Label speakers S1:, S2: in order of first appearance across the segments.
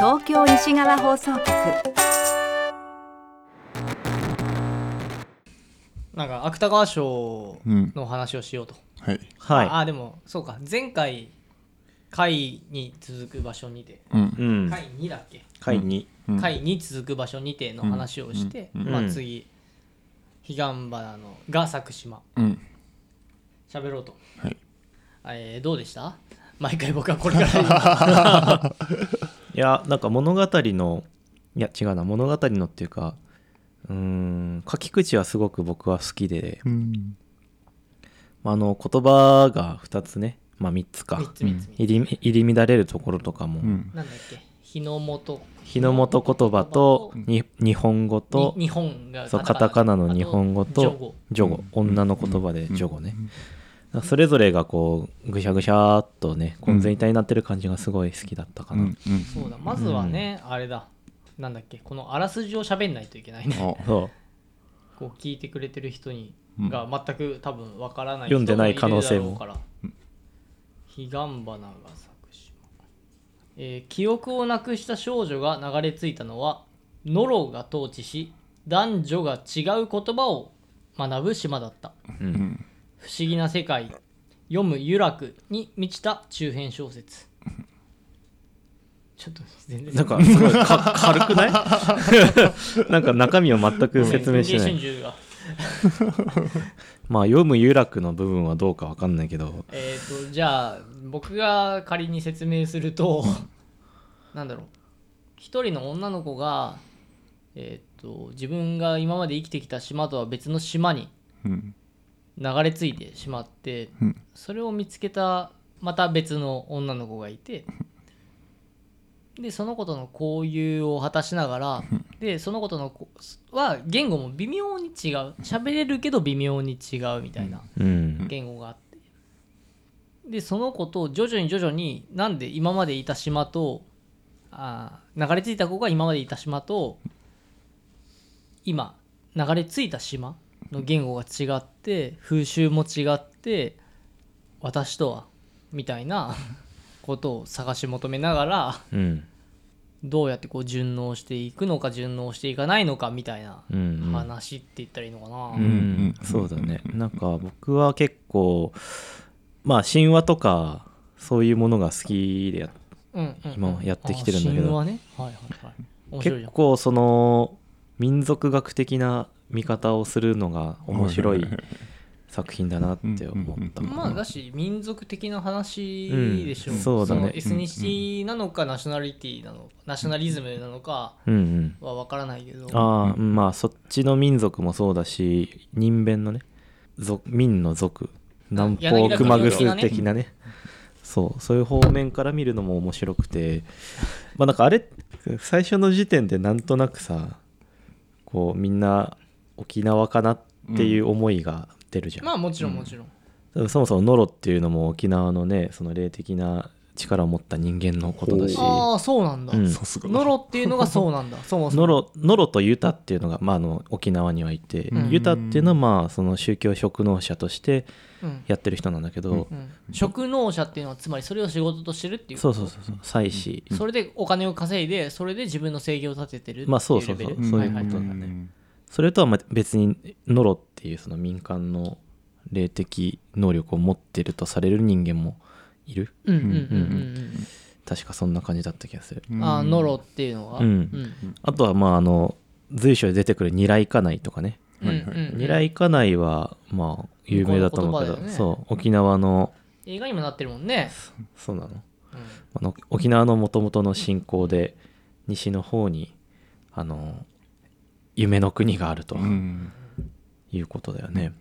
S1: 西側放送局
S2: なんか芥川賞
S3: うん
S2: のお話をしようと、
S3: はい。
S2: あ
S4: は
S2: あでもそうか前回回に続く場所にて
S3: うん
S4: い。。うん。
S2: 回2だっけ、
S4: 会に。
S3: うん
S2: 回に続く場所にての話をして、
S4: ん
S2: まあ、
S4: うん
S2: 次彼岸花のが作島
S3: うん。
S2: 喋ろうと、
S3: はい。
S2: えーどうでした毎回僕はこれから言 うはい
S4: や、なんか物語の、いや、違うな、物語のっていうか、うーん、書き口はすごく僕は好きで、
S3: うん。
S4: まああの、言葉が2つね、まあ3つ
S2: い、3
S4: か、
S2: つ3つ三つ
S4: 入り入り乱れるところとかも、
S3: うん。
S2: なんだっけ日の元
S4: 日の元言葉と、に日本語と、
S2: に日本が
S4: そうカタカナの日本語
S2: あ
S4: と女語女の言葉で女語ねだからそれぞれがこうぐしゃぐしゃーっとね混然一体になってる感じがすごい好きだったか
S3: う
S4: な、
S3: ん。うん。
S2: そうだまずはね、あれだなんだっけこのあらすじを喋んないといけないね
S3: あ、
S4: そう
S2: こう聞いてくれてる人に、
S3: うん
S2: が全く多分わからない
S4: 読んでない可能性
S2: 人
S4: も
S2: いるだろうから彼岸花が咲く島、えー記憶をなくした少女が流れ着いたのはノロが統治し男女が違う言葉を学ぶ島だった
S4: うん
S2: 不思議な世界読む由楽に満ちた中編小 説ちょっと全然
S4: なんかすごいか 軽くないなんか中身を全く説明しな
S2: 文藝
S4: い
S2: 春秋が
S4: まあ読む有楽の部分はどうかわかんないけど
S2: えっ、とじゃあ僕が仮に説明すると なんだろう一人の女の子がえっ、と自分が今まで生きてきた島とは別の島に
S3: うん。
S2: 流れ着いてしまって、
S3: うん
S2: それを見つけたまた別の女の子がいてでその子との交友を果たしながらでその子とのこは言語も微妙に違う喋れるけど微妙に違うみたいな
S4: うん
S2: 言語があってでその子と徐々に徐々になんで今までいた島とあー流れ着いた子が今までいた島と今流れ着いた島の言語が違って風習も違って私とはみたい なことを探し求めながら
S4: うん
S2: どうやってこう順応していくのか順応していかないのかみたいな
S4: うんうん
S2: 話って言ったらいいのかな。
S4: うん
S3: うん
S4: そうだねなんか僕は結構まあ神話とかそういうものが好きでやっ
S2: うんうんうん
S4: 今やってきてるんだけ
S2: あ
S4: ど
S2: 神話ねはいはいはい面白いじ
S4: 結
S2: ゃん
S4: 構その民族学的な見方をするのが面白い作品だなって思った
S3: うんうんうん
S2: まあだし民族的な話でしょ
S4: うんそうだね
S2: のエスニシティなのかナショナリティなのかナショナリズムなのか
S4: うんうん
S2: は分からないけど
S4: ああまあそっちの民族もそうだし人弁のね族民の族南方熊楠的なねそうそういう方面から見るのも面白くてまあなんかあれ最初の時点でなんとなくさこうみんな沖縄かなっていう思いが出るじゃん、
S2: まあもちろんもちろん、
S4: そもそもノロっていうのも沖縄のねその霊的な力を持った人間のことだし
S2: ああそうなんだ、
S4: うん
S3: さすが。
S2: ノ。ロっていうのがそうなんだそもそも
S4: ノロノロとユタっていうのが、まあ、あの沖縄にはいて、
S2: うん
S4: ユタっていうのはまあその宗教職能者として
S2: うん
S4: やってる人なんだけど、
S2: うん職能者っていうのはつまりそれを仕事としてるっていう
S4: そうそうそうそう祭祀、
S2: それでお金を稼いでそれで自分の制御を立ててるっていう
S4: まあそうそうそう
S2: レベル
S4: そういう
S2: は
S4: こ
S2: は
S4: とだ
S2: は
S4: ね。それとはまあ別にノロっていうその民間の霊的能力を持ってるとされる人間もいる
S2: うんうんうんうん
S4: 確かそんな感じだった気がする
S2: うんあーノロっていうのが
S4: うんあとはまああの随所で出てくるニライカナイとかね
S2: うんうんうん
S4: ニライカナイはまあ有名だと思うけ
S2: 向こうの言葉だ
S4: ど、
S2: よね
S4: そう沖縄の
S2: 映画にもなってるもんね、
S4: そうなの
S2: うん
S4: あの沖縄のもともとの信仰で西の方にあの夢の国があると
S3: うん。
S4: いうことだよね、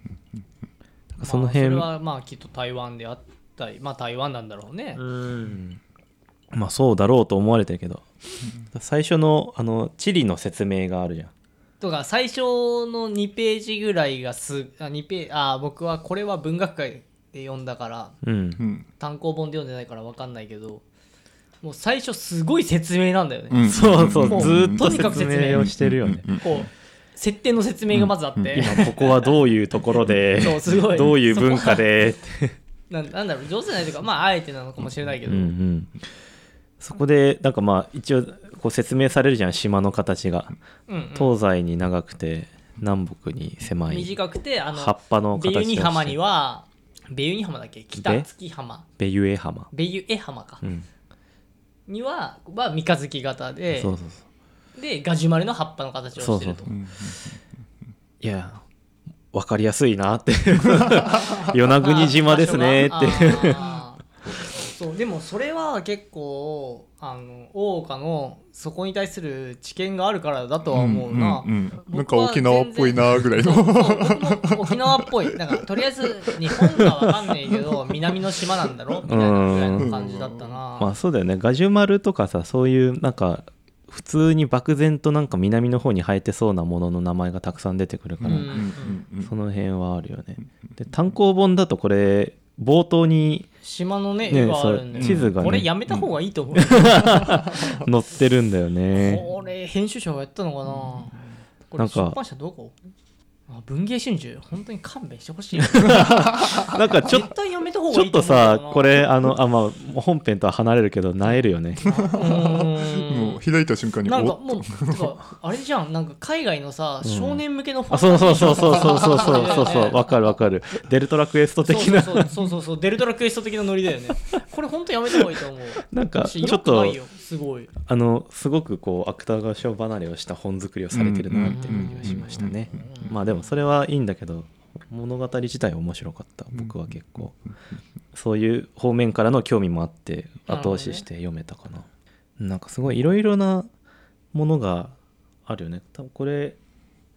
S4: なんか
S2: そ
S4: その辺、
S2: まあ、それはまあきっと台湾であったりまあ台湾なんだろうね、
S4: うんまあそうだろうと思われてるけど、最初のあの地理の説明があるじゃん
S2: とか最初の2ページぐらいがすあ2ページあ僕はこれは文学界で読んだから
S4: うん
S3: うん。
S2: 単行本で読んでないから分かんないけどもう最初すごい説明なんだよね、
S3: うん
S4: そうそう、
S2: もう
S4: ずーっ
S2: と
S4: と
S2: にかく
S4: 説
S2: 説明
S4: 明をしてるよね、
S2: こう設定の説明がまずあって、
S4: 今ここはどういうところで
S2: そうすごい
S4: どういう文化でって
S2: なんなんだろう上手じゃないというかまああえてなのかもしれないけど、
S4: うんうんそこでなんかまあ一応こう説明されるじゃん島の形が
S2: うんうん
S4: 東西に長くて南北に狭い
S2: 短くてあの
S4: 葉っぱの
S2: ベ
S4: 形を
S2: ユニ浜
S4: し
S2: に
S4: て
S2: はベユニ浜だっけ北月浜
S4: ベユエ浜、
S2: ベユエ浜か
S4: うん、
S2: にはは三日月型で
S4: そうそうそ
S2: でガジュマルの葉っぱの形を
S4: うそ
S2: し
S4: う
S2: て
S4: そ
S2: る
S4: う
S2: と
S4: そういや分かりやすい なって与那国島ですねって
S2: てそうでもそれは結構あの大岡のそこに対する知見があるからだとは思うな、
S1: うんうんうんなん
S2: 僕
S1: か
S2: は
S1: 沖縄っぽいなぐらいの
S2: 全然そう僕も沖縄っぽいなんかとりあえず日本がわかんないけど南の島なんだろみたいなぐらいの感じだったな、
S4: まあそうだよねガジュマルとかさそういうなんか普通に漠然となんか南の方に生えてそうなものの名前がたくさん出てくるから、
S2: うん
S4: その辺はあるよねで単行本だとこれ冒頭に
S2: 島のね
S4: ね
S2: 絵があるんで、
S4: そう地図がね
S2: これやめた方がいいと思う、
S4: 載ってるんだよね
S2: これ編集者がやったのかなこ
S4: な
S2: れ
S4: んか
S2: 出版社どこあ文芸春秋本当に勘弁してほ しい
S4: なんかちょっ
S2: 絶対やめた方
S4: ち
S2: がい
S4: ょ
S2: い
S4: っと
S2: 思うんだよな
S4: さこれあのあまあ本編とは離れるけ どなえるよね
S2: うーん
S1: もう開いた瞬間に
S2: なんか
S1: お
S2: もうてかあれじゃんなんか海外のさ少年向けのファ
S4: あ
S2: ンタジ
S4: そ
S2: ー
S4: うそうそうそうそうそうそうそう
S2: だよね
S4: わかるわかるデルトラクエスト的な
S2: そうそうそうそうそうデルトラクエスト的なノリだよねこれ本当やめた方がいいと思う
S4: なんか
S2: し
S4: ちょっ
S2: 良く
S4: と
S2: ないよすごい
S4: あのすごくこう芥川賞離れをした本作りをされてるなっていう気がしましたね
S2: うん
S4: まあでもそれはいいんだけど物語自体は面白かった僕は結構そういう方面からの興味もあって
S2: なるほどね
S4: 後押しして読めたかななんかすごいいろいろなものがあるよね多分これ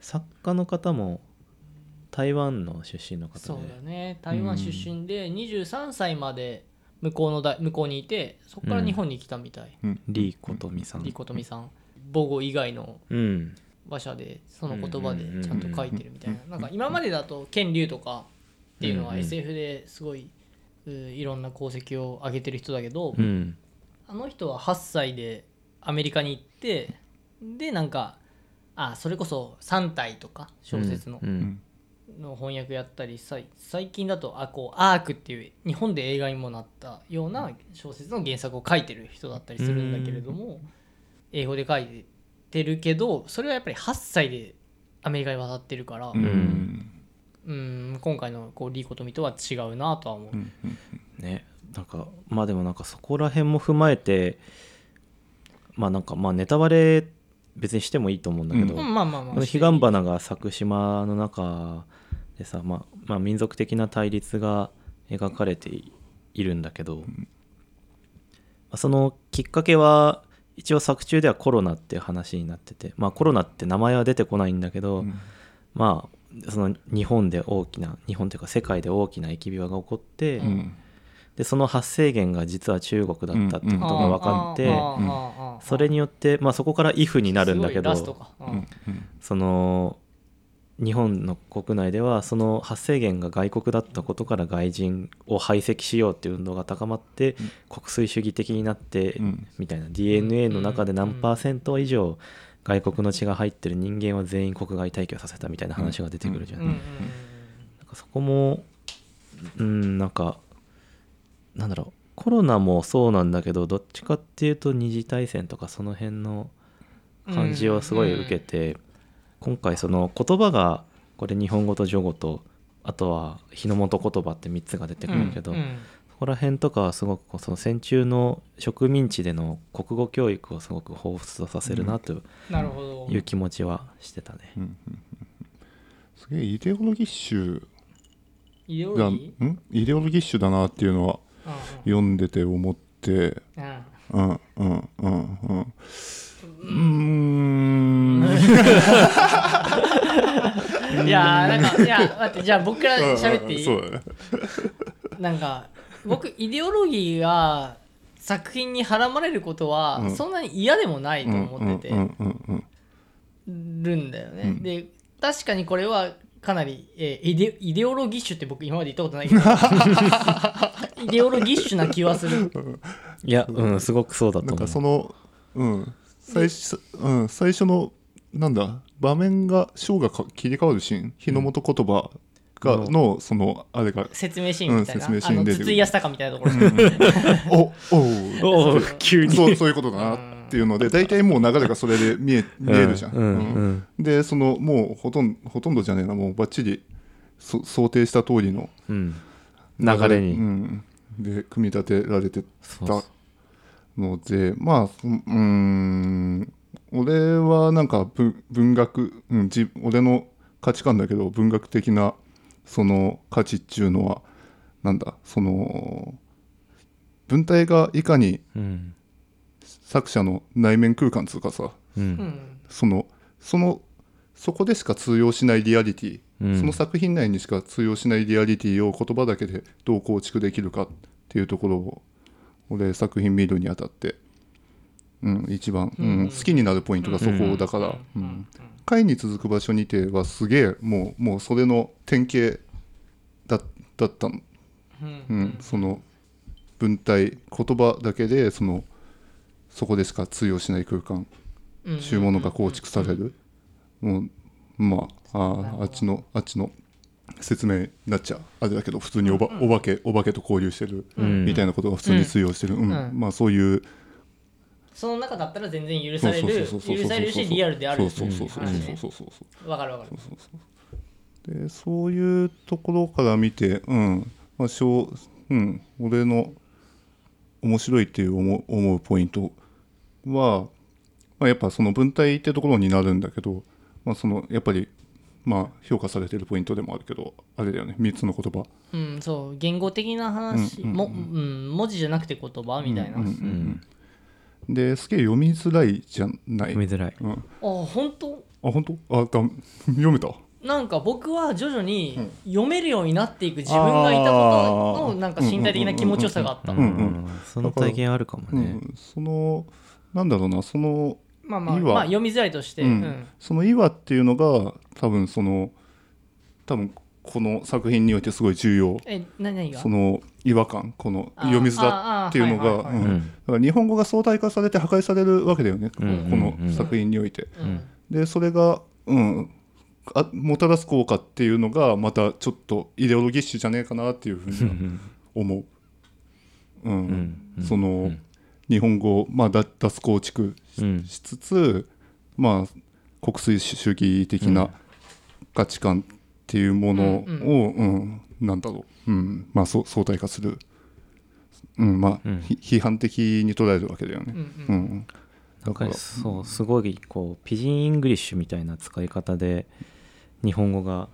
S4: 作家の方も台湾の出身の
S2: そ
S4: 方
S2: う
S4: で
S2: だね台湾出身で23歳まで向こうの大向こうにいてそこから日本に来たみたい、
S4: リー・コトミさん
S2: リコトミさん母語以外の
S4: うん
S2: 馬車でその言葉でちゃんと書いてるみたいななんか今までだと剣竜とかっていうの
S4: う
S2: は
S4: んうん
S2: SF ですごい、うーいろんな功績を上げてる人だけど、
S4: うん
S2: あの人は8歳でアメリカに行ってでなんかあそれこそ3体とか小説の,、
S4: うんうん
S2: の翻訳やったりさい最近だとあこうアークっていう日本で映画にもなったような小説の原作を書いてる人だったりするんだけれども、英語で書いてるけどそれはやっぱり8歳でアメリカに渡ってるから、
S1: う
S2: うん
S1: ん
S2: 今回のこうリーコトミとは違うなとは思う。
S1: うん
S4: ねなんかまあでもなんかそこら辺も踏まえてまあなんかまあネタバレ別にしてもいいと思うんだけど、
S1: うん
S2: うんまあまあまあ
S4: この彼岸花が作島の中でさ、まあ、まあ民族的な対立が描かれているんだけど、まあそのきっかけは一応作中ではコロナっていう話になってて、まあ、コロナって名前は出てこないんだけど、まあその日本で大きな日本というか世界で大きな疫病が起こって、
S2: う
S1: うんん
S4: でその発生源が実は中国だったってことが分かって、
S2: あーあーあーあー
S4: それによって、まあ、そこから「イフ」になるんだけ
S2: すごいラスト
S4: ど
S2: か
S1: う
S2: うん
S1: んうん
S4: その日本の国内ではその発生源が外国だったことから外人を排斥しようっていう運動が高まって、国粋主義的になって、
S1: うん
S4: みたいな DNA の中で何パーセント以上外国の血が入ってる人間は全員国外退去させたみたいな話が出てくるじゃ
S2: う
S4: なんい、
S2: うんうん
S4: なんかそこもうんなんかなんだろうコロナもそうなんだけどどっちかっていうと二次大戦とかその辺の
S2: うん
S4: 感じをすごい受けて、今回その言葉がこれ日本語と序語とあとは日の本言葉って3つが出てくるんだけど、
S2: うんうん
S4: そこら辺とかはすごくこうその戦中の植民地での国語教育をすごく彷彿とさせるなと
S2: なるほど
S4: いう気持ちはしてたね。
S1: うんうんうんすげえイデオロギッシュ
S2: イデオ
S1: だ
S2: ロギ
S1: んイデオロギッシュだなっていうのは
S2: ーうん
S1: 読んでて思って
S2: うん
S1: うんうんうんうんうんうーん
S2: うんいやーなんかいや待ってじゃあ僕から 喋ってい
S1: そ
S2: いう
S1: だね
S2: なんか僕イデオロギーが作品にはらまれること
S1: う
S2: は
S1: ん
S2: そんなに嫌でもないと思ってて
S1: うんうんうん
S2: るんだよ
S1: う
S2: ね
S1: ん
S2: で確かにこれはかなり、えーイデイデオロギッシュって僕今まで言ったことないけどイデオロギッシュな気はする
S4: いや、うん、すごくそうだ
S1: うん
S4: と
S1: なん
S4: 思
S1: か
S4: う
S1: そ。のうん最初うん最初のなんだ場面が章がか切り替わるシーン日の元言葉が
S4: うん
S1: のそのあれが
S2: 説明シーンみたいな、
S1: うん説明シ
S2: あ
S1: ーン
S2: の
S1: 出てくる
S2: 筒井康隆みたいなところ
S1: おおう
S4: おう急に
S1: そうそういうことだな
S2: うん
S1: っていうので大体もう流れがそれで見え見えるじゃん。
S4: う
S1: う
S4: ん
S1: ん
S4: うん
S1: でそのもうほとんどほとんどじゃねえなもうばっちりそ想定した通りの
S4: うん流れに
S1: うん、で組み立てられて
S4: そう
S1: たのでまあそうん俺はなんか文文学、うん、じ俺の価値観だけど文学的なその価値っていうのはなんだその文体がいかに
S4: うん
S1: 作者の内面空間つうかさ
S4: う
S2: うんん
S1: そのそのそこでしか通用しないリアリティ
S4: うん
S1: その作品内にしか通用しないリアリティを言葉だけでどう構築できるかっていうところを俺作品見るにあたって、うん、一番、うん
S2: うん
S1: 好きになるポイントがそこだから「
S2: う
S1: うん
S2: う
S1: ん
S2: ん
S1: 会に続く場所にて」はすげえもうもうそれの典型だだったの、
S2: うん
S1: うんその文体言葉だけでそのそこでしか通用しない空間
S2: うん
S1: 収物が構築される、もうまああーあっちのあっちの説明になっちゃうあれだけど普通におば、お化けお化けと交流してる
S4: うん
S1: みたいなことが普通に通用してる、うん
S2: うん
S1: まあそういう
S2: その中だったら全然許
S1: そ
S2: さ
S1: う
S2: れ
S1: そう
S2: る
S1: そうそう
S2: 許されるしリアルである
S1: そうそうそうそう
S2: 話
S1: そう
S2: ね
S1: そうそうそう
S2: わかるわかる
S1: でそういうところから見て、うんまあしょううん、俺の面白いっていう思う思うポイントは、まあ、やっぱその文体ってところになるんだけど、まあ、そのやっぱり、まあ、評価されてるポイントでもあるけどあれだよね3つの言葉
S2: うんそう言語的な話
S1: うんうん
S2: もうん文字じゃなくて言葉みたいなあ
S1: うんうんう
S4: うんん
S1: ですげえ読みづらいじゃない、
S4: 読みづらい
S1: うん、あ
S2: 本当
S1: 本当あだ読めた
S2: なんか僕は徐々に読めるようになっていく自分がいたこと
S1: あ
S2: の
S1: ー
S2: なんか身体的な気持ちよさがあった
S1: うんうん
S4: うんその体験あるかも
S1: う
S4: ね
S1: ん、そのなんだろうなその
S2: まあまあ
S1: いいわ
S2: まあ読みづらいとしてう
S1: うん
S2: ん
S1: その岩っていうのが多分その多分この作品においてすごい重要
S2: え何何が
S1: その違和感この
S2: あー
S1: 読みづらっていうの
S2: あーあーはい
S1: が
S2: は
S1: う
S2: い
S1: ん
S2: は
S1: だから日本語が相対化されて破壊されるわけだよね、
S4: うん
S1: こ
S4: うんう
S1: の
S4: ん
S1: 作品において。
S2: うん
S1: でそれが、うん、あもたらす効果っていうのがまたちょっとイデオロギッシュじゃねえかなっていうふう
S4: う
S1: には
S4: ん
S1: 思う。う
S4: うんんうん
S1: その、
S4: うん
S1: 日本語を、まあ、だ脱構築
S4: うん
S1: しつつ、まあ、国粋主義的な価値観っていうものを、
S2: う
S1: うんんなんだろう、うんまあ、そう相対化する、うんまあ
S4: うん
S1: ひ批判的に捉えるわけだよ
S2: うんう
S1: ね。うんん
S4: な
S1: だ
S4: ん
S1: から
S4: かそうすごいこうピジンイングリッシュみたいな使い方で日本語が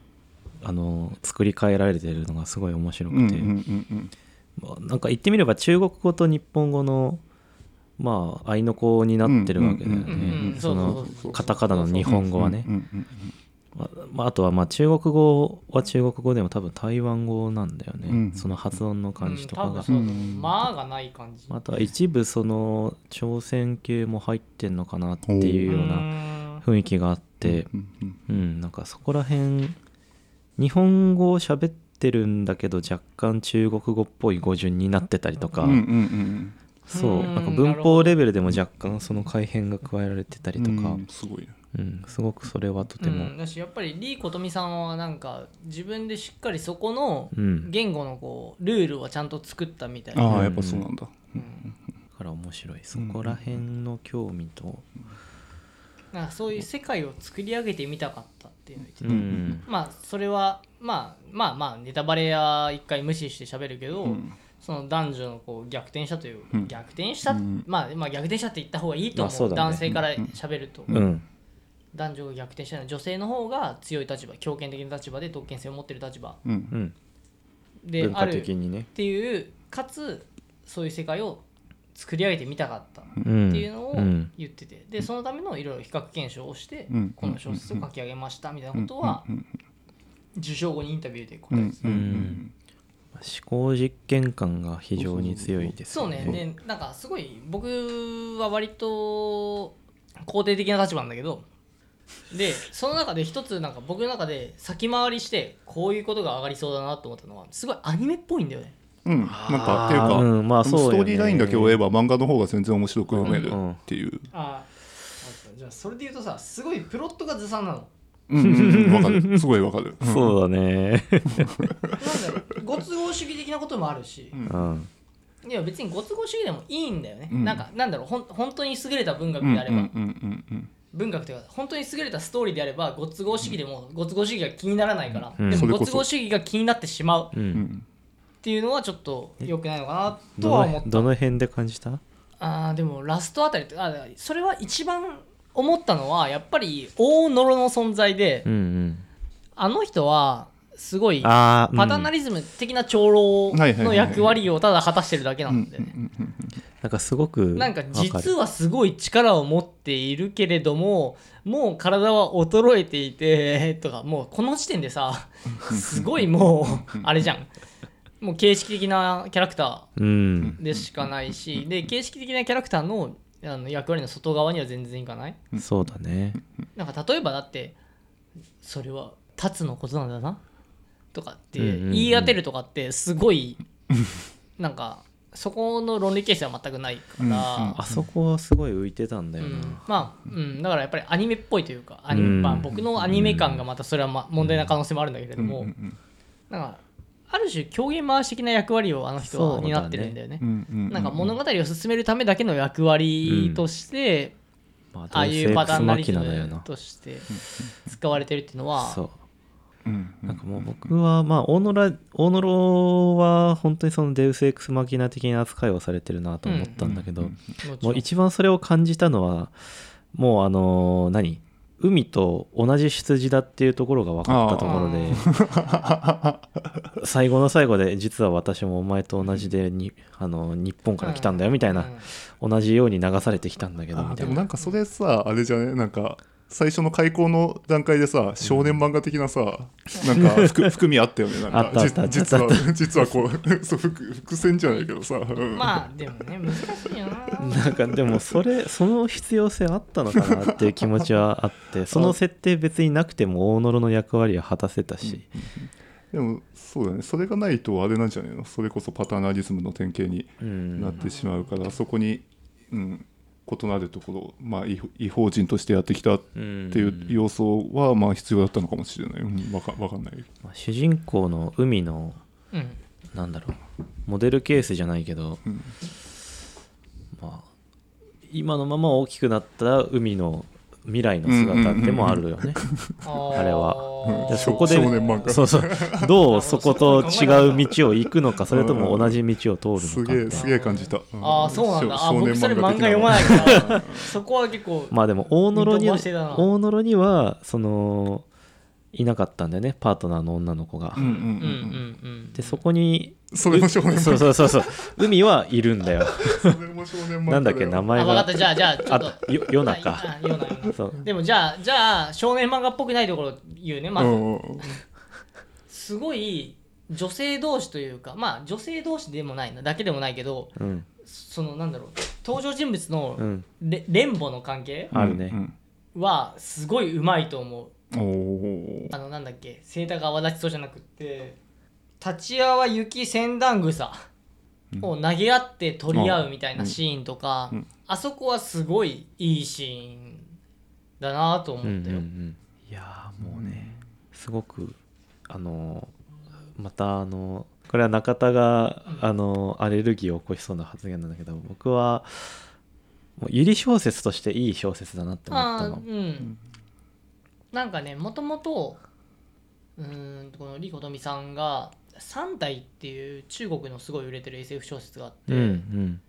S4: あの作り変えられてるのがすごい面白
S1: うんうん
S4: くて、
S1: うんうん
S4: まあなんか言ってみれば中国語と日本語のまあ合いの子になってるわけだよ
S1: うんうんうん
S2: う
S4: ね
S2: ん
S4: その
S2: そうそうそう
S4: カタカナの日本語はね、
S1: うんうん
S4: まあまあ、あとはまあ中国語は中国語でも多分台湾語なんだよね、
S1: うん
S4: その発音の感じとか
S2: うん多
S4: が
S2: 分そうだ
S1: う
S2: と思うんまあがない感じ
S4: また一部その朝鮮系も入ってんのかなっていうような
S2: な
S4: 雰囲気があって
S1: うんうん
S4: うん、なんかそこら辺日本語を喋ってるんだけど若干中国語っぽい語順になってたりとか、
S1: うんうんうん
S4: そう
S2: うん
S4: なんか文法レベルでも若干その改変が加えられてた
S1: う
S4: り
S1: ん
S4: とか
S1: うん、すごいね
S4: うん、すごくそれはとて
S2: う
S4: も、
S2: ん、だしやっぱりリー・コトミさんはなんか自分でしっかりそこの
S4: うんだ
S2: 言語のこうルールをちゃんと作ったみたいな、
S1: ああやっぱそうなんだ。
S2: うん
S4: から面白いそこら辺の興味と、
S2: なんかそういう世界を作り上げてみたかったっていうのを言って
S4: う
S2: た
S4: んうん
S2: まあそれは、まあ、まあまあネタバレや一回無視して喋るけど、
S1: うん
S2: その男女のこう逆転したという、
S1: うん
S2: 逆転した、
S1: うん
S2: まあ、まあ逆転したって言った方がいいと
S4: まあ
S2: 思,、
S4: そううだね
S2: 男性から喋ると、
S4: うん
S2: 男女が逆転したのは女性の方が強い立場強権的な立場で特権性を持ってる立場
S1: うん
S2: で
S4: 文
S2: あ
S4: 化
S2: る
S4: 的にね
S2: っ、ていうかつそういう世界を作り上げてみたかったっ
S4: ん
S2: ていうのを
S4: ん
S2: 言ってて、でそのためのいろいろ比較検証をして、
S1: うん
S2: この小説を書き上げましたみたいなことは、
S1: うん
S2: 受賞後にインタビューで
S1: う
S2: 答えて
S1: ん
S2: た、
S1: うん
S4: 思考実験感が非常に強いです
S2: そう
S4: よ
S2: ねでなんかすごい僕は割と肯定的な立場なんだけどでその中で一つなんか僕の中で先回りしてこういうことが上がりそうだなと思ったのはすごいアニメっぽいんだよね。
S1: うん、なんかっ
S4: あー
S1: ていうか、
S4: うんまあ
S1: その
S4: そうよね
S1: ストーリーラインだけ追えば漫画の方が全然面白く読めるっていう。
S2: あじゃあそれで言うとさすごいプロットがずさんなの。
S1: うんうんうん、わかる。すごいわかる。うん
S4: そうだね、
S2: なんだろうご都合主義的なこともあるし、
S4: うん、
S2: いや別にご都合主義でもいいんだよね、
S1: うん
S2: なんかなんだろうほん本当に優れた文学
S1: うんうん
S2: であれば、
S1: うんうん
S2: 文学というか本当に優れたストーリーであればご都合主義でもご都合主義が気にならないから、
S4: うん
S2: で
S1: そ
S2: も
S1: れ
S2: ご
S1: こそ
S2: 都合主義が気になってしまう
S4: う、
S1: うんうんん
S2: っていうのはちょっと良くないのかなと
S4: ど
S2: は
S4: の
S2: 思った
S4: どの辺で感じた
S2: あーでもラストあたりってあだからそれは一番思ったのはやっぱり大野呂の存在で、
S4: うんうん
S2: あの人はすごいパ
S4: ああ、うん、
S2: タナ
S4: な
S2: リズム的な長老
S1: はいはいはい
S2: の
S1: はい
S2: 役割をただ果たしてるだけなんでね、
S1: うんうんうん
S4: んかすごく
S2: なんか
S4: わ
S2: 実
S4: る
S2: はすごい力を持っているけれどももう体は衰えていて とかもうこの時点でさすごいもうあれじゃんもう形式的なキャラクタ
S4: うん
S2: ーでしかないしで形式的なキャラクターのあの役割の外側には全然いかない
S4: そうだね
S2: なんか例えばだってそれは立つのことなんだなとかって
S4: うんうんうん
S2: 言い当てるとかってすごいなんかそこの論理形成は全くないから、
S1: うんうん
S4: あそこはすごい浮いてたんだよ
S2: う
S4: な、
S2: んまあ、うん、だからやっぱりアニメっぽいというかアニ
S4: うん
S2: まあ、僕のアニメ感がまたそれはま問題な可能性もあるんだけれども、
S1: うんうん
S2: なんかある種狂言回し的な役割をあの人
S4: そうだ
S2: は
S4: ね
S2: 担ってるんだよね
S1: うんうんうん
S2: なんか物語を進めるためだけの役割として、
S4: まあ、
S2: ああいうパターン
S4: な
S2: な
S4: り
S2: り
S4: だよな
S2: として使われてるっていうのは
S4: そ
S1: う
S4: う
S1: んうん
S4: なんかもう僕はまあ大野ら大野郎は本当にそのデウス・エクス・マキナ的な扱いをされてるなと思ったんだけど、
S1: うんうん
S2: もち
S4: も
S2: ろ
S4: うん一番それを感じたのはもうあのー何海と同じ出自だっていうところが分かったところで最後の最後で実は私もお前と同じでにあの日本から来たんだよみたいな、同じように流されてきたんだけど
S1: あ
S4: み
S1: ー
S4: た
S1: で
S4: い
S1: も
S4: な
S1: なんかそれさあれじゃねなんか最初の開口の段階でさ少年漫画的なさ、なんか含含みあったよねなん
S4: あったあ
S1: か
S4: ったあった
S1: じ実は実はこうそう伏伏線じゃないけどさ、うん
S2: まあでもね難しいよな
S4: なんかでもそ れその必要性あったのかなっていう気持ちは あってその設定別になくても大野呂の役割は果たせたし、
S1: でもそうだねそれがないとあれなんじゃないのそれこそパターナリズムの典型に
S4: うん
S1: なってしまうから、そこに、うん、異なるところ、まあ、違法違法人としてやってきたって
S4: うん
S1: いう要素はまあ必要だったのかもしれない、うん、わかわかんない。
S4: まあ主人公の海の
S2: うん
S4: なんだろうモデルケースじゃないけど、
S1: うん
S4: まあ、今のまま大きくなった海の未来の姿でもあるよね、
S2: あ
S4: れは
S2: は
S4: でそこで
S1: 少年漫画
S4: そうそうどうそこと違う道を行くのかそれとも同じ道を通
S1: す
S4: るのか
S1: げ
S4: み
S1: え
S4: たい
S1: す
S4: な
S1: げえ感じた。
S2: ああそうなんだあ
S1: 少
S2: 僕それ漫画読まないからそこは結構
S4: まあでも大野呂に
S2: 見飛ばしてたな
S4: 大野呂にはそのいなかったんだよねパートナーの女の子が、
S1: うんうんう
S2: う
S1: ん
S2: んうん
S1: うん
S2: うん
S4: でそこに
S1: それも少年漫
S4: そう
S1: 画。
S4: そうそうそう海はいるんだよ
S1: それも少年漫画よ。
S4: なんだっけ名
S2: あ
S4: 前
S2: 分かっ
S4: が
S2: たじゃあじゃあちょっ
S4: あ
S2: と
S4: よ夜中
S2: あ夜中
S4: そう
S2: でもじゃあじゃあ少年漫画っぽくないところ言うねま
S1: う
S2: ず
S1: んうんうん
S2: すごい女性同士というかまあ女性同士でもないなだけでもないけど
S4: うん
S2: そのなんだろう登場人物の
S4: うん
S2: れ連母の関係
S4: あるね
S2: はすごいうまいと思う
S1: うんお
S2: あのなんだっけセイタが泡立ちそうじゃなくって立ち合は雪千段草を投げ合って取り合うみたいなシーンとか、
S1: うんうん
S2: あそこはすごいいいシーンだなと思
S4: うんう
S2: ったよ、
S4: んいやーもうねすごくあのーまたあのーこれは中田があのーアレルギーを起こしそうな発言なんだけど僕はもうゆり小説としていい小説だなって思った
S2: あ
S4: の
S2: ーうんなんかねもともとうーんこのリコトミさんが「三体」っていう中国のすごい売れてる SF 小説があって、
S4: うんうん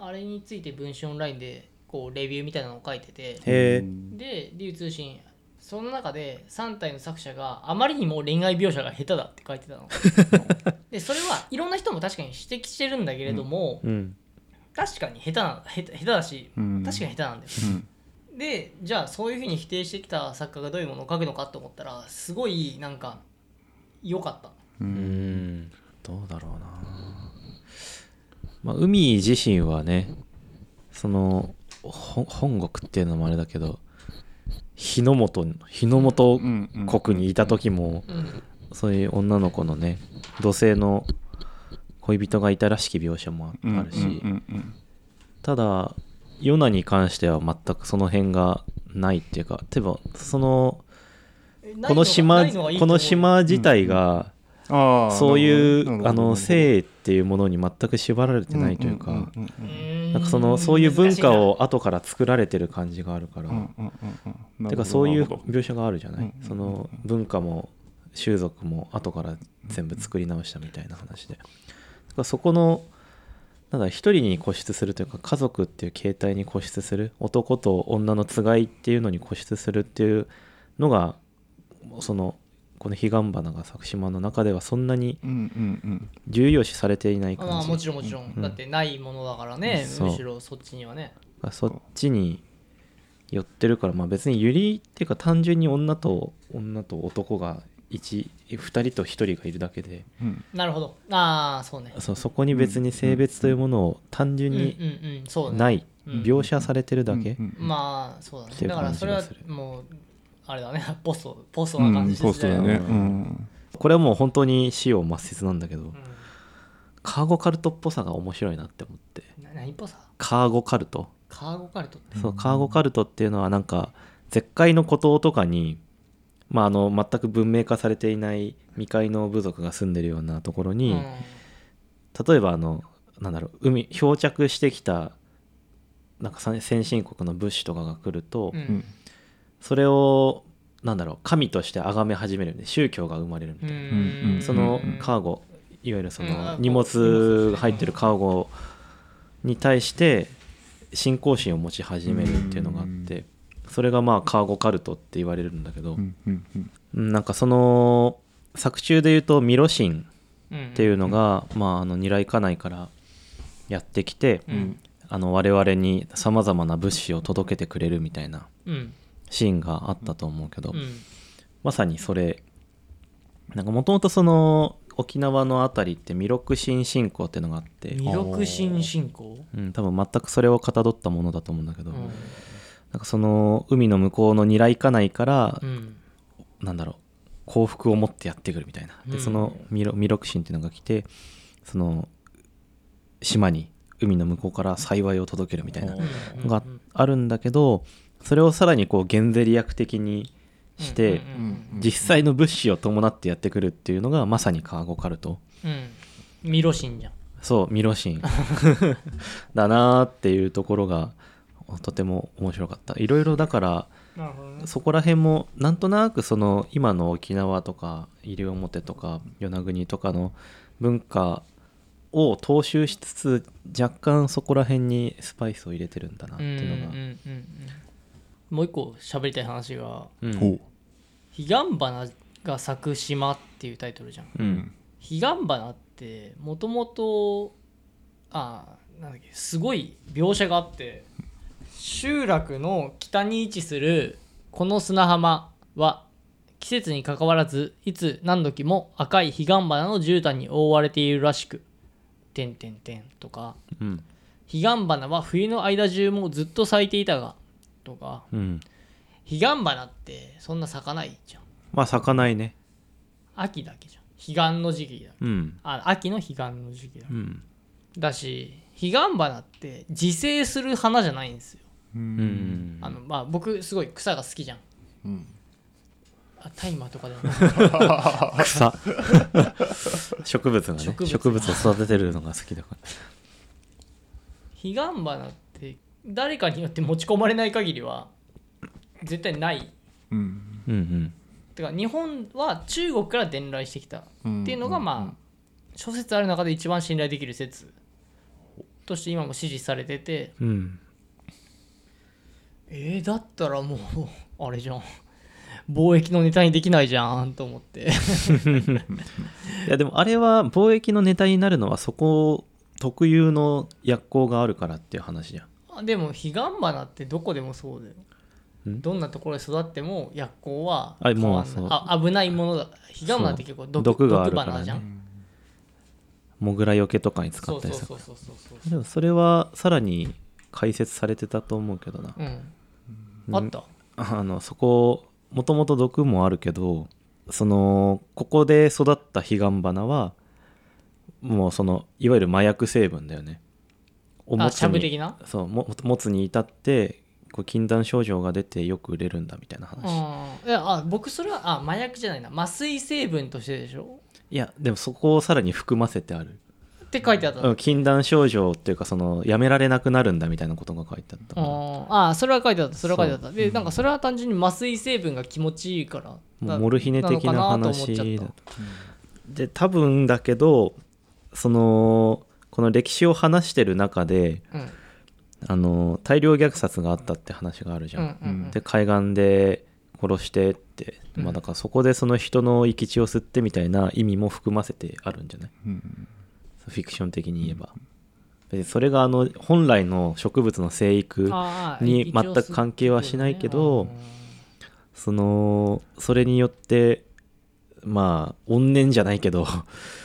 S2: あれについて文春オンラインでこうレビューみたいなのを書いてて
S4: へえ
S2: で流通信その中で3体の作者があまりにも恋愛描写が下手だって書いてた のでそれはいろんな人も確かに指摘してるんだけれども、
S4: うん
S2: 確かに下手な下手下手だし
S1: うん
S2: 確かに下手なんだよ、でじゃあそういうふうに否定してきた作家がどういうものを書くのかと思ったらすごいなんか良かった
S1: う
S4: うんんどうだろうなまあ海自身はねそのほ本国っていうのもあれだけど日の本日の本
S1: うんうん
S4: 国にいた時も、
S2: うん
S4: そういう女の子のね土星の恋人がいたらしき描写も
S1: うん
S4: あるし、
S1: うんうん
S4: ただヨナに関しては全くその辺がないっていうか例えばその
S2: えない
S4: この島
S2: ないがいいと
S4: こ
S2: 思う
S4: の島自体が、
S1: ああ
S4: そういうあの
S1: 意
S4: 性っていうものに全く縛られてないというか、なんかそのそういう文化を後から作られてる感じがあるから、てかそういう描写があるじゃない、
S1: うんうんうん
S4: その文化も習俗も後から全部作り直したみたいな話でだからそこのなんだ一人に固執するというか家族っていう形態に固執する男と女のつがいっていうのに固執するっていうのがそのこの彼岸花が作島の中ではそんなに
S1: うんうん
S4: 重要視されていない
S2: あ
S4: 感じ、
S2: まあもちろんもちろん、
S4: うん
S2: だってないものだからね
S4: そう
S2: むしろそっちにはね
S4: まあそっちに寄ってるから、まあ、別にユリっていうか単純に女と女と男が12人と1人がいるだけで
S1: うんうん
S2: なるほどああそうね
S4: そうそこに別に性別というものを単純
S2: うんうん
S4: に
S2: うんそうね
S4: ない、
S2: うん
S4: 描写されてるだけ、
S1: うんうん
S2: まあそうだ
S4: ってい
S2: ねだ
S4: う
S2: から
S4: 感じ
S2: それ
S4: が
S2: は
S4: する
S2: もうあれだね ポストポスト
S1: う
S2: なん感じ
S1: ポ
S2: で
S1: ス
S2: す
S1: トだねう
S4: うん
S1: ん
S4: これはもう本当に死を抹殺なんだけど、
S2: う
S4: カーゴカルトっぽさが面白いなって思って
S2: んな何っぽさ
S4: カーゴカルト、
S2: カーゴカルトって
S4: そうカーゴカルトっていうのはなんか絶海の孤島とかに、まあ、あの全く文明化されていない未開の部族が住んでるようなところに、
S2: うん
S4: 例えばあのなんだろう海漂着してきたなんかさ先進国の物資とかが来ると、
S2: う
S1: うんん
S4: それをなんだろう神として崇め始めるんで宗教が生まれるみたいな、
S1: んうん
S4: その
S2: ー
S4: カーゴいわゆるその
S2: うん
S4: 荷物が入ってるカーゴに対して信仰心を持ち始めるっていうのがあって、それがまあカーゴカルトって言われるんだけど
S1: う、んうんうん
S4: うんなんかその作中で言うとミロシン
S2: っ
S4: っていううのが、まあ、あのニライカナイからやってきて、
S2: うん
S4: あの我々にさまざまな物資を届けてくれるみたいな
S2: うん
S4: シーンがあったと思うけど、
S2: うん
S4: まさにそれなんかもともとその沖縄のあたりって弥勒神信仰っていうのがあって、
S2: 弥勒神信仰
S4: うん、多分全くそれをかたどったものだと思うんだけど、
S2: う
S4: なん
S2: ん
S4: かその海の向こうのニライカナイから、
S2: うん
S4: なんだろう幸福を持ってやってくるみたいな、
S2: う
S4: で
S2: ん
S4: その弥勒弥勒神っていうのが来てその島に海の向こうから幸いを届けるみたいなの
S2: うん
S4: があるんだけどそれをさらにこうゲンゼリ役的にし
S2: う
S4: て、
S2: ん
S4: 実際の物資を伴ってやってくるっていうのがまさにカーゴカルト
S2: うんうんうんミロシンじゃん
S4: そうミロシ ンだなーっていうところがとても面白かったいろいろだから
S2: なるほどね
S4: そこら辺もなんとなくその今の沖縄とか西表とか与那国とかの文化を踏襲しつつ若干そこら辺にスパイスを入れてるんだなっていうのが、
S2: もう一個喋りたい話が
S4: うん
S1: ほう
S2: 「彼岸花が咲く島」っていうタイトルじゃん彼
S4: うん
S2: 岸花ってもともとあなんだっけすごい描写があって集落の北に位置するこの砂浜は季節にかかわらずいつ何時も赤い彼岸花の絨毯に覆われているらしく「てんてんてん」とか
S4: うん
S2: 彼岸花は冬の間中もずっと咲いていたがとか
S4: うん
S2: 彼岸花ってそんな咲かないじゃん
S4: まあ咲かないね
S2: 秋だけじゃん彼岸の時期だ
S4: うん
S2: あ秋の彼岸の時期だ
S4: うん
S2: だし彼岸花って自生する花じゃないんですよ
S1: う
S4: うんん
S2: あのまあ僕すごい草が好きじゃん
S1: うん
S2: あ大麻とかではない
S4: 草植物がね
S2: 植
S4: 植
S2: 物
S4: 物を育ててるのが好きだから
S2: 彼岸花って誰かによって持ち込まれない限りは絶対ない
S1: うん
S4: うん
S2: てか日本は中国から伝来してきた
S1: うん
S2: っていうのがまあ諸説ある中で一番信頼できる説として今も支持されてて
S4: うんうん
S2: えー、だったらもう あれじゃん貿易のネタにできないじゃんと思って
S4: いやでもあれは貿易のネタになるのはそこ特有の薬効があるからっていう話じゃん
S2: あでも彼岸花ってどこでもそうだよ
S4: ん
S2: どんなところで育っても薬効は
S4: あもう
S2: 変わんない
S4: そう
S2: あ危ないものだ彼岸花って結構毒
S4: 毒があるからね
S2: 花じゃん、
S4: モグラよけとかに使
S2: そ
S4: っ
S2: う
S4: た
S2: そう
S4: りする
S2: そうそうそうそう
S4: でもそれはさらに解説されてたと思うけどな、
S2: うんあった
S4: あのそこもともと毒もあるけどそのここで育った彼岸花はもうそのいわゆる麻薬成分だよねお
S2: あ
S4: も
S2: しゃぶ的な
S4: そうももつに至ってこう禁断症状が出てよく売れるんだみたいな話、
S2: うんいやあ僕それはあ麻薬じゃないな麻酔成分としてでしょ
S4: いやでもそこをさらに含ませてある
S2: って書いてあった
S4: うん禁断症状っていうかそのやめられなくなるんだみたいなことが書いてあったも
S2: あーあーそれは書いてあったそれは書いてあったでなんかそれは単純に麻酔成分が気持ちいいからな
S4: うモルヒネ的な
S2: のかと思っ
S4: 話
S2: ちゃった
S4: だで多分だけどそのこの歴史を話してる中で
S2: うん
S4: あの大量虐殺があったって話があるじゃ
S2: うん
S4: ん、
S2: うんうん
S4: で海岸で殺してって、
S2: うん
S4: まあだからそこでその人の生き血を吸ってみたいな意味も含ませてあるんじゃない
S1: うん
S4: フィクション的に言えば、でそれがあの本来の植物の生育
S2: あー
S4: に
S2: 一応
S4: 全く関係はしないけ
S2: そ
S4: ど
S2: うだね
S4: そのそれによってまあ怨念じゃないけど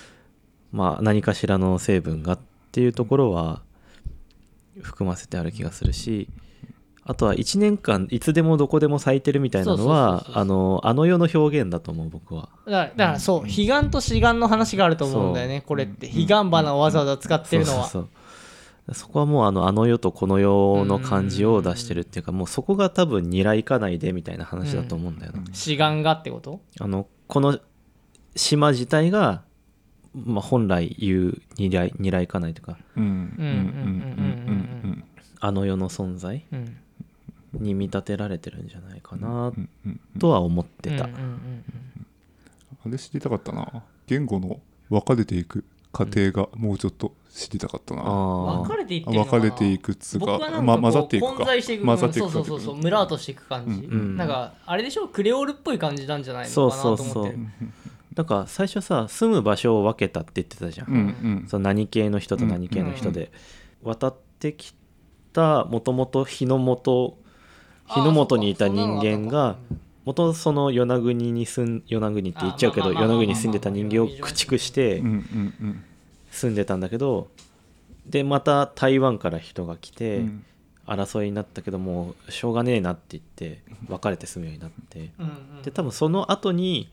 S4: まあ何かしらの成分がっていうところは含ませてある気がするしあとは1年間いつでもどこでも咲いてるみたいなのは
S2: そうそうそうそう
S4: あのあの世の表現だと思う僕は。
S2: うんだからだからそう彼岸と死岸の話があると思うんだよねこれって彼岸花をわざわざ使ってるのは
S4: そうそうそうそこはもうあのあの世とこの世の感じを出してるっていうかもうそこが多分ニラ行かないでみたいな話だと思うんだよな。
S2: 死岸がってこと
S4: あのこの島自体が、まあ、本来言う二来二来かないというか
S1: うんうんうんうん
S4: あの世の存在
S2: うん
S4: に見立てられてるんじゃないかな
S1: うんうん
S4: とは思ってた、
S2: うんうんうん
S1: あれ知りたかったな言語の分かれていく過程がもうちょっと知りたかったな、
S4: あ
S2: 分か
S4: あ
S2: れていってるの
S1: 分
S2: か
S1: か
S2: な
S1: れていくつ
S2: 僕
S1: か
S2: はなんか
S1: ま、
S2: こう
S1: 混ざっていくか
S2: 混在していく
S1: 混ざっていく
S2: うん
S1: か
S2: そうそうそうそうムラーとしていく感じ、
S1: うん
S4: うん
S2: なんかあれでしょクレオールっぽい感じなんじゃないのかなと思ってる
S4: そうそうそうなんか最初さ住む場所を分けたって言ってたじゃん、
S1: うんうん
S4: その何系の人と何系の人で、渡ってきたもともと日の元
S2: あ
S4: 日の元にいた
S2: そっか
S4: 人間が元々その与那国に住ん与那国って言っちゃうけ
S2: あ
S4: ど
S2: まあまあ
S4: 与
S2: まあまあ
S4: 那国に住んでた人間を駆逐して、
S1: うんうんうん
S4: 住んでたんだけどでまた台湾から人が来
S1: う
S4: て、
S1: ん
S4: 争いになったけどもうしょうがねえなって言って別れて住むようになって
S2: うんうん
S4: で多分その後に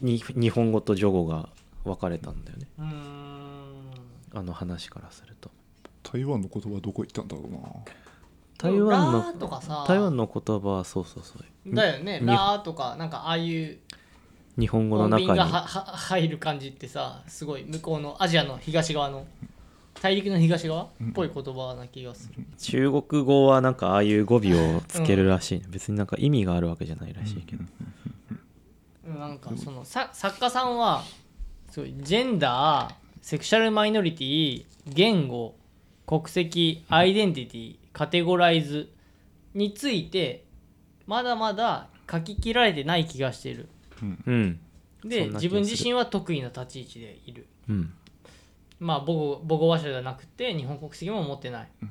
S4: に日本語と助語が分かれたんだよね
S2: うーん
S4: あの話からすると
S1: 台湾の言葉どこ行ったんだろうな
S4: 台湾の
S2: ラーとかさ
S4: 台湾の言葉はそうそうそう
S2: だよね
S4: に
S2: ラーとかなんかああいう
S4: 日本語の
S2: 音
S4: 中
S2: 便
S4: に
S2: がはは入る感じってさすごい向こうのアジアの東側の大陸の東側っぽい言葉な気がする、
S4: 中国語はなんかああいう語尾をつけるらしいね、別になんか意味があるわけじゃないらしいけど、
S2: なんかそのさ作家さんはすごいジェンダーセクシャルマイノリティ言語国籍アイデンティティカテゴライズについてまだまだ書き切られてない気がしている
S4: うん
S2: で
S4: そんな気が
S2: 自
S4: する
S2: 分自身は得意な立ち位置でいる
S4: うん
S2: まあ母語母語話者じゃなくて日本国籍も持ってない、っ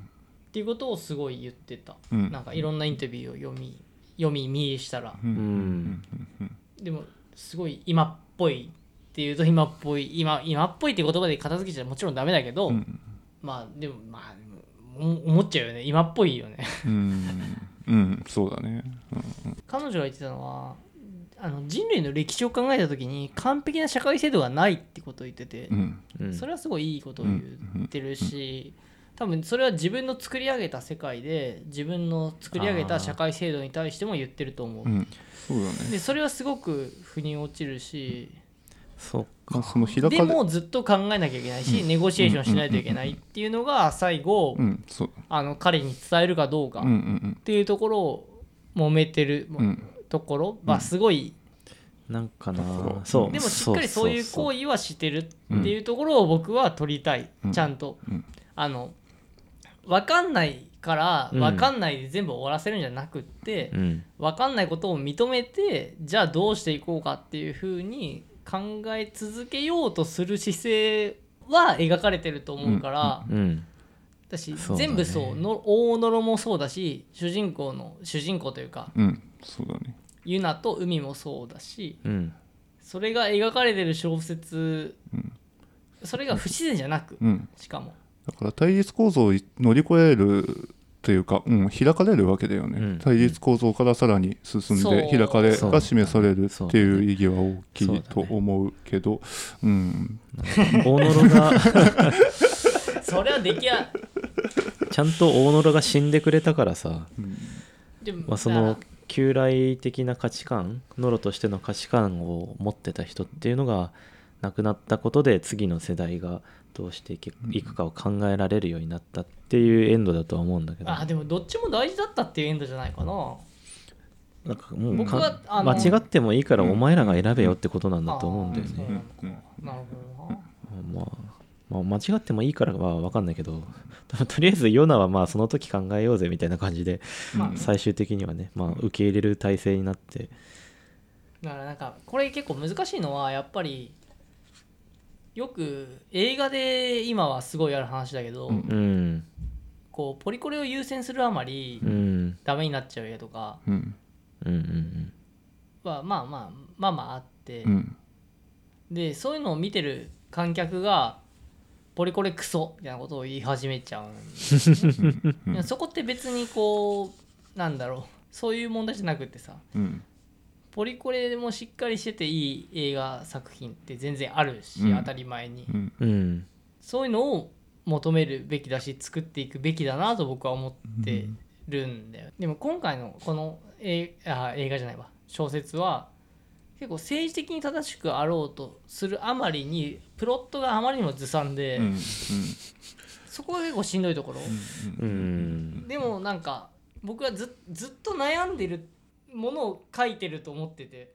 S2: ていうことをすごい言ってた、
S1: うん
S2: なんかいろんなインタビューを読み読み見したら
S1: う
S4: うん、
S2: でもすごい今っぽいっていうと今っぽい今今っぽいって言葉で片付けちゃもちろんダメだけど、
S1: うん
S2: まあでもまあでもお思っちゃうよね今っぽいよね
S1: うんうんそうだね
S2: 彼女が言ってたのはあの人類の歴史を考えた時に完璧な社会制度がないってことを言ってて
S1: う、ん
S4: うん
S2: それはすごいいいことを言ってるし、多分それは自分の作り上げた世界で自分の作り上げた社会制度に対しても言ってると思う、
S1: うんそうだね
S2: でそれはすごく腑に落ちるし、
S4: そう
S1: まあその開
S2: で
S1: かれ
S2: もずっと考えなきゃいけないし、ネゴシエーションしないといけないっていうのが最後、
S1: うんそう
S2: あの彼に伝えるかどうかっ
S1: うんうん
S2: ていうところを揉めてる
S1: うんうん
S2: ところはすごい、
S4: なんかな
S1: そう
S4: そう
S2: でもしっかりそういう行
S4: 為
S2: 為はしてるっていうところを僕は取りたい、
S1: うん
S2: ちゃんと、
S1: うん
S2: あの分かんないから
S4: うん
S2: 分かんないで全部終わらせるんじゃなくって、
S4: うん
S2: 分かんないことを認めてじゃあどうしていこうかっていうふうに考え続けようとする姿勢は描かれてると思うから、
S4: うん
S2: だし
S4: そうだね
S2: 全部そうの大野呂もそうだし主人公の主人公というか
S1: うんそうだね
S2: ユナと海もそうだし
S4: うん
S2: それが描かれてる小説、それが不自然じゃなく
S1: うん
S2: しかも、
S1: だから対立構造を乗り越えるというか、うん、開かれるわけだよね、
S4: うん
S1: 対立構造からさらに進ん
S2: そう
S1: で開かれ
S4: そう
S1: が示される
S4: そう
S1: っていう意義は大き
S4: そう
S1: い
S4: だね
S1: と思うけどうん
S4: 大野呂が
S2: それはできや
S4: ちゃんと大野呂が死んでくれたからさ、
S2: でも
S4: まあ、そ
S2: だ
S4: の
S2: か
S4: 旧来的な価値観ノロとしての価値観を持ってた人っていうのが亡くなったことで次の世代がどうしていけいくかを考えられるようになったっていうエンドだとは思うんだけど
S2: あでもどっちも大事だったっていうエンドじゃないかな
S4: なんかもう
S2: 僕は
S4: か
S2: あの
S4: 間違ってもいいから
S1: うん
S4: お前らが選べよってことなんだと思うんだよね、
S1: うんうん
S2: なるほどな
S4: まあまあ、間違ってもいいからは分かんないけど とりあえずヨナはまあその時考えようぜみたいな感じで
S2: まあ
S4: 最終的にはね、まあ、受け入れる体制になって
S2: だからなんかこれ結構難しいのはやっぱりよく映画で今はすごいある話だけど、
S1: うん
S4: うん
S2: こうポリコレを優先するあまり
S4: うんうん
S2: ダメになっちゃう映画とか
S1: うん
S4: うんうん
S2: はまあまあまあまああって、
S1: うん
S2: でそういうのを見てる観客がポリコレクソみたいなことを言い始めちゃうんですよね、
S1: うん
S2: いやそこって別にこうなんだろうそういう問題じゃなくてさ
S1: うん
S2: ポリコレもしっかりしてていい映画作品って全然あるし、
S1: うん
S2: 当たり前に
S1: うん
S4: うん
S2: そういうのを求めるべきだし作っていくべきだなと僕は思ってるんだよ、でも今回のこの映あ映画じゃないわ小説は結構政治的に正しくあろうとするあまりにプロットがあまりにもずさんで、
S1: うん
S2: そこが結構しんどいところ、
S4: うんうん
S2: でもなんか僕はずずっと悩んでるものを書いてると思ってて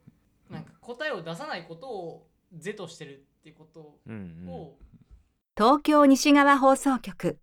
S2: なんか答えを出さないことを
S4: 嗯
S2: 是としてるっていうこと
S4: うん
S2: を
S3: 東京西側放送局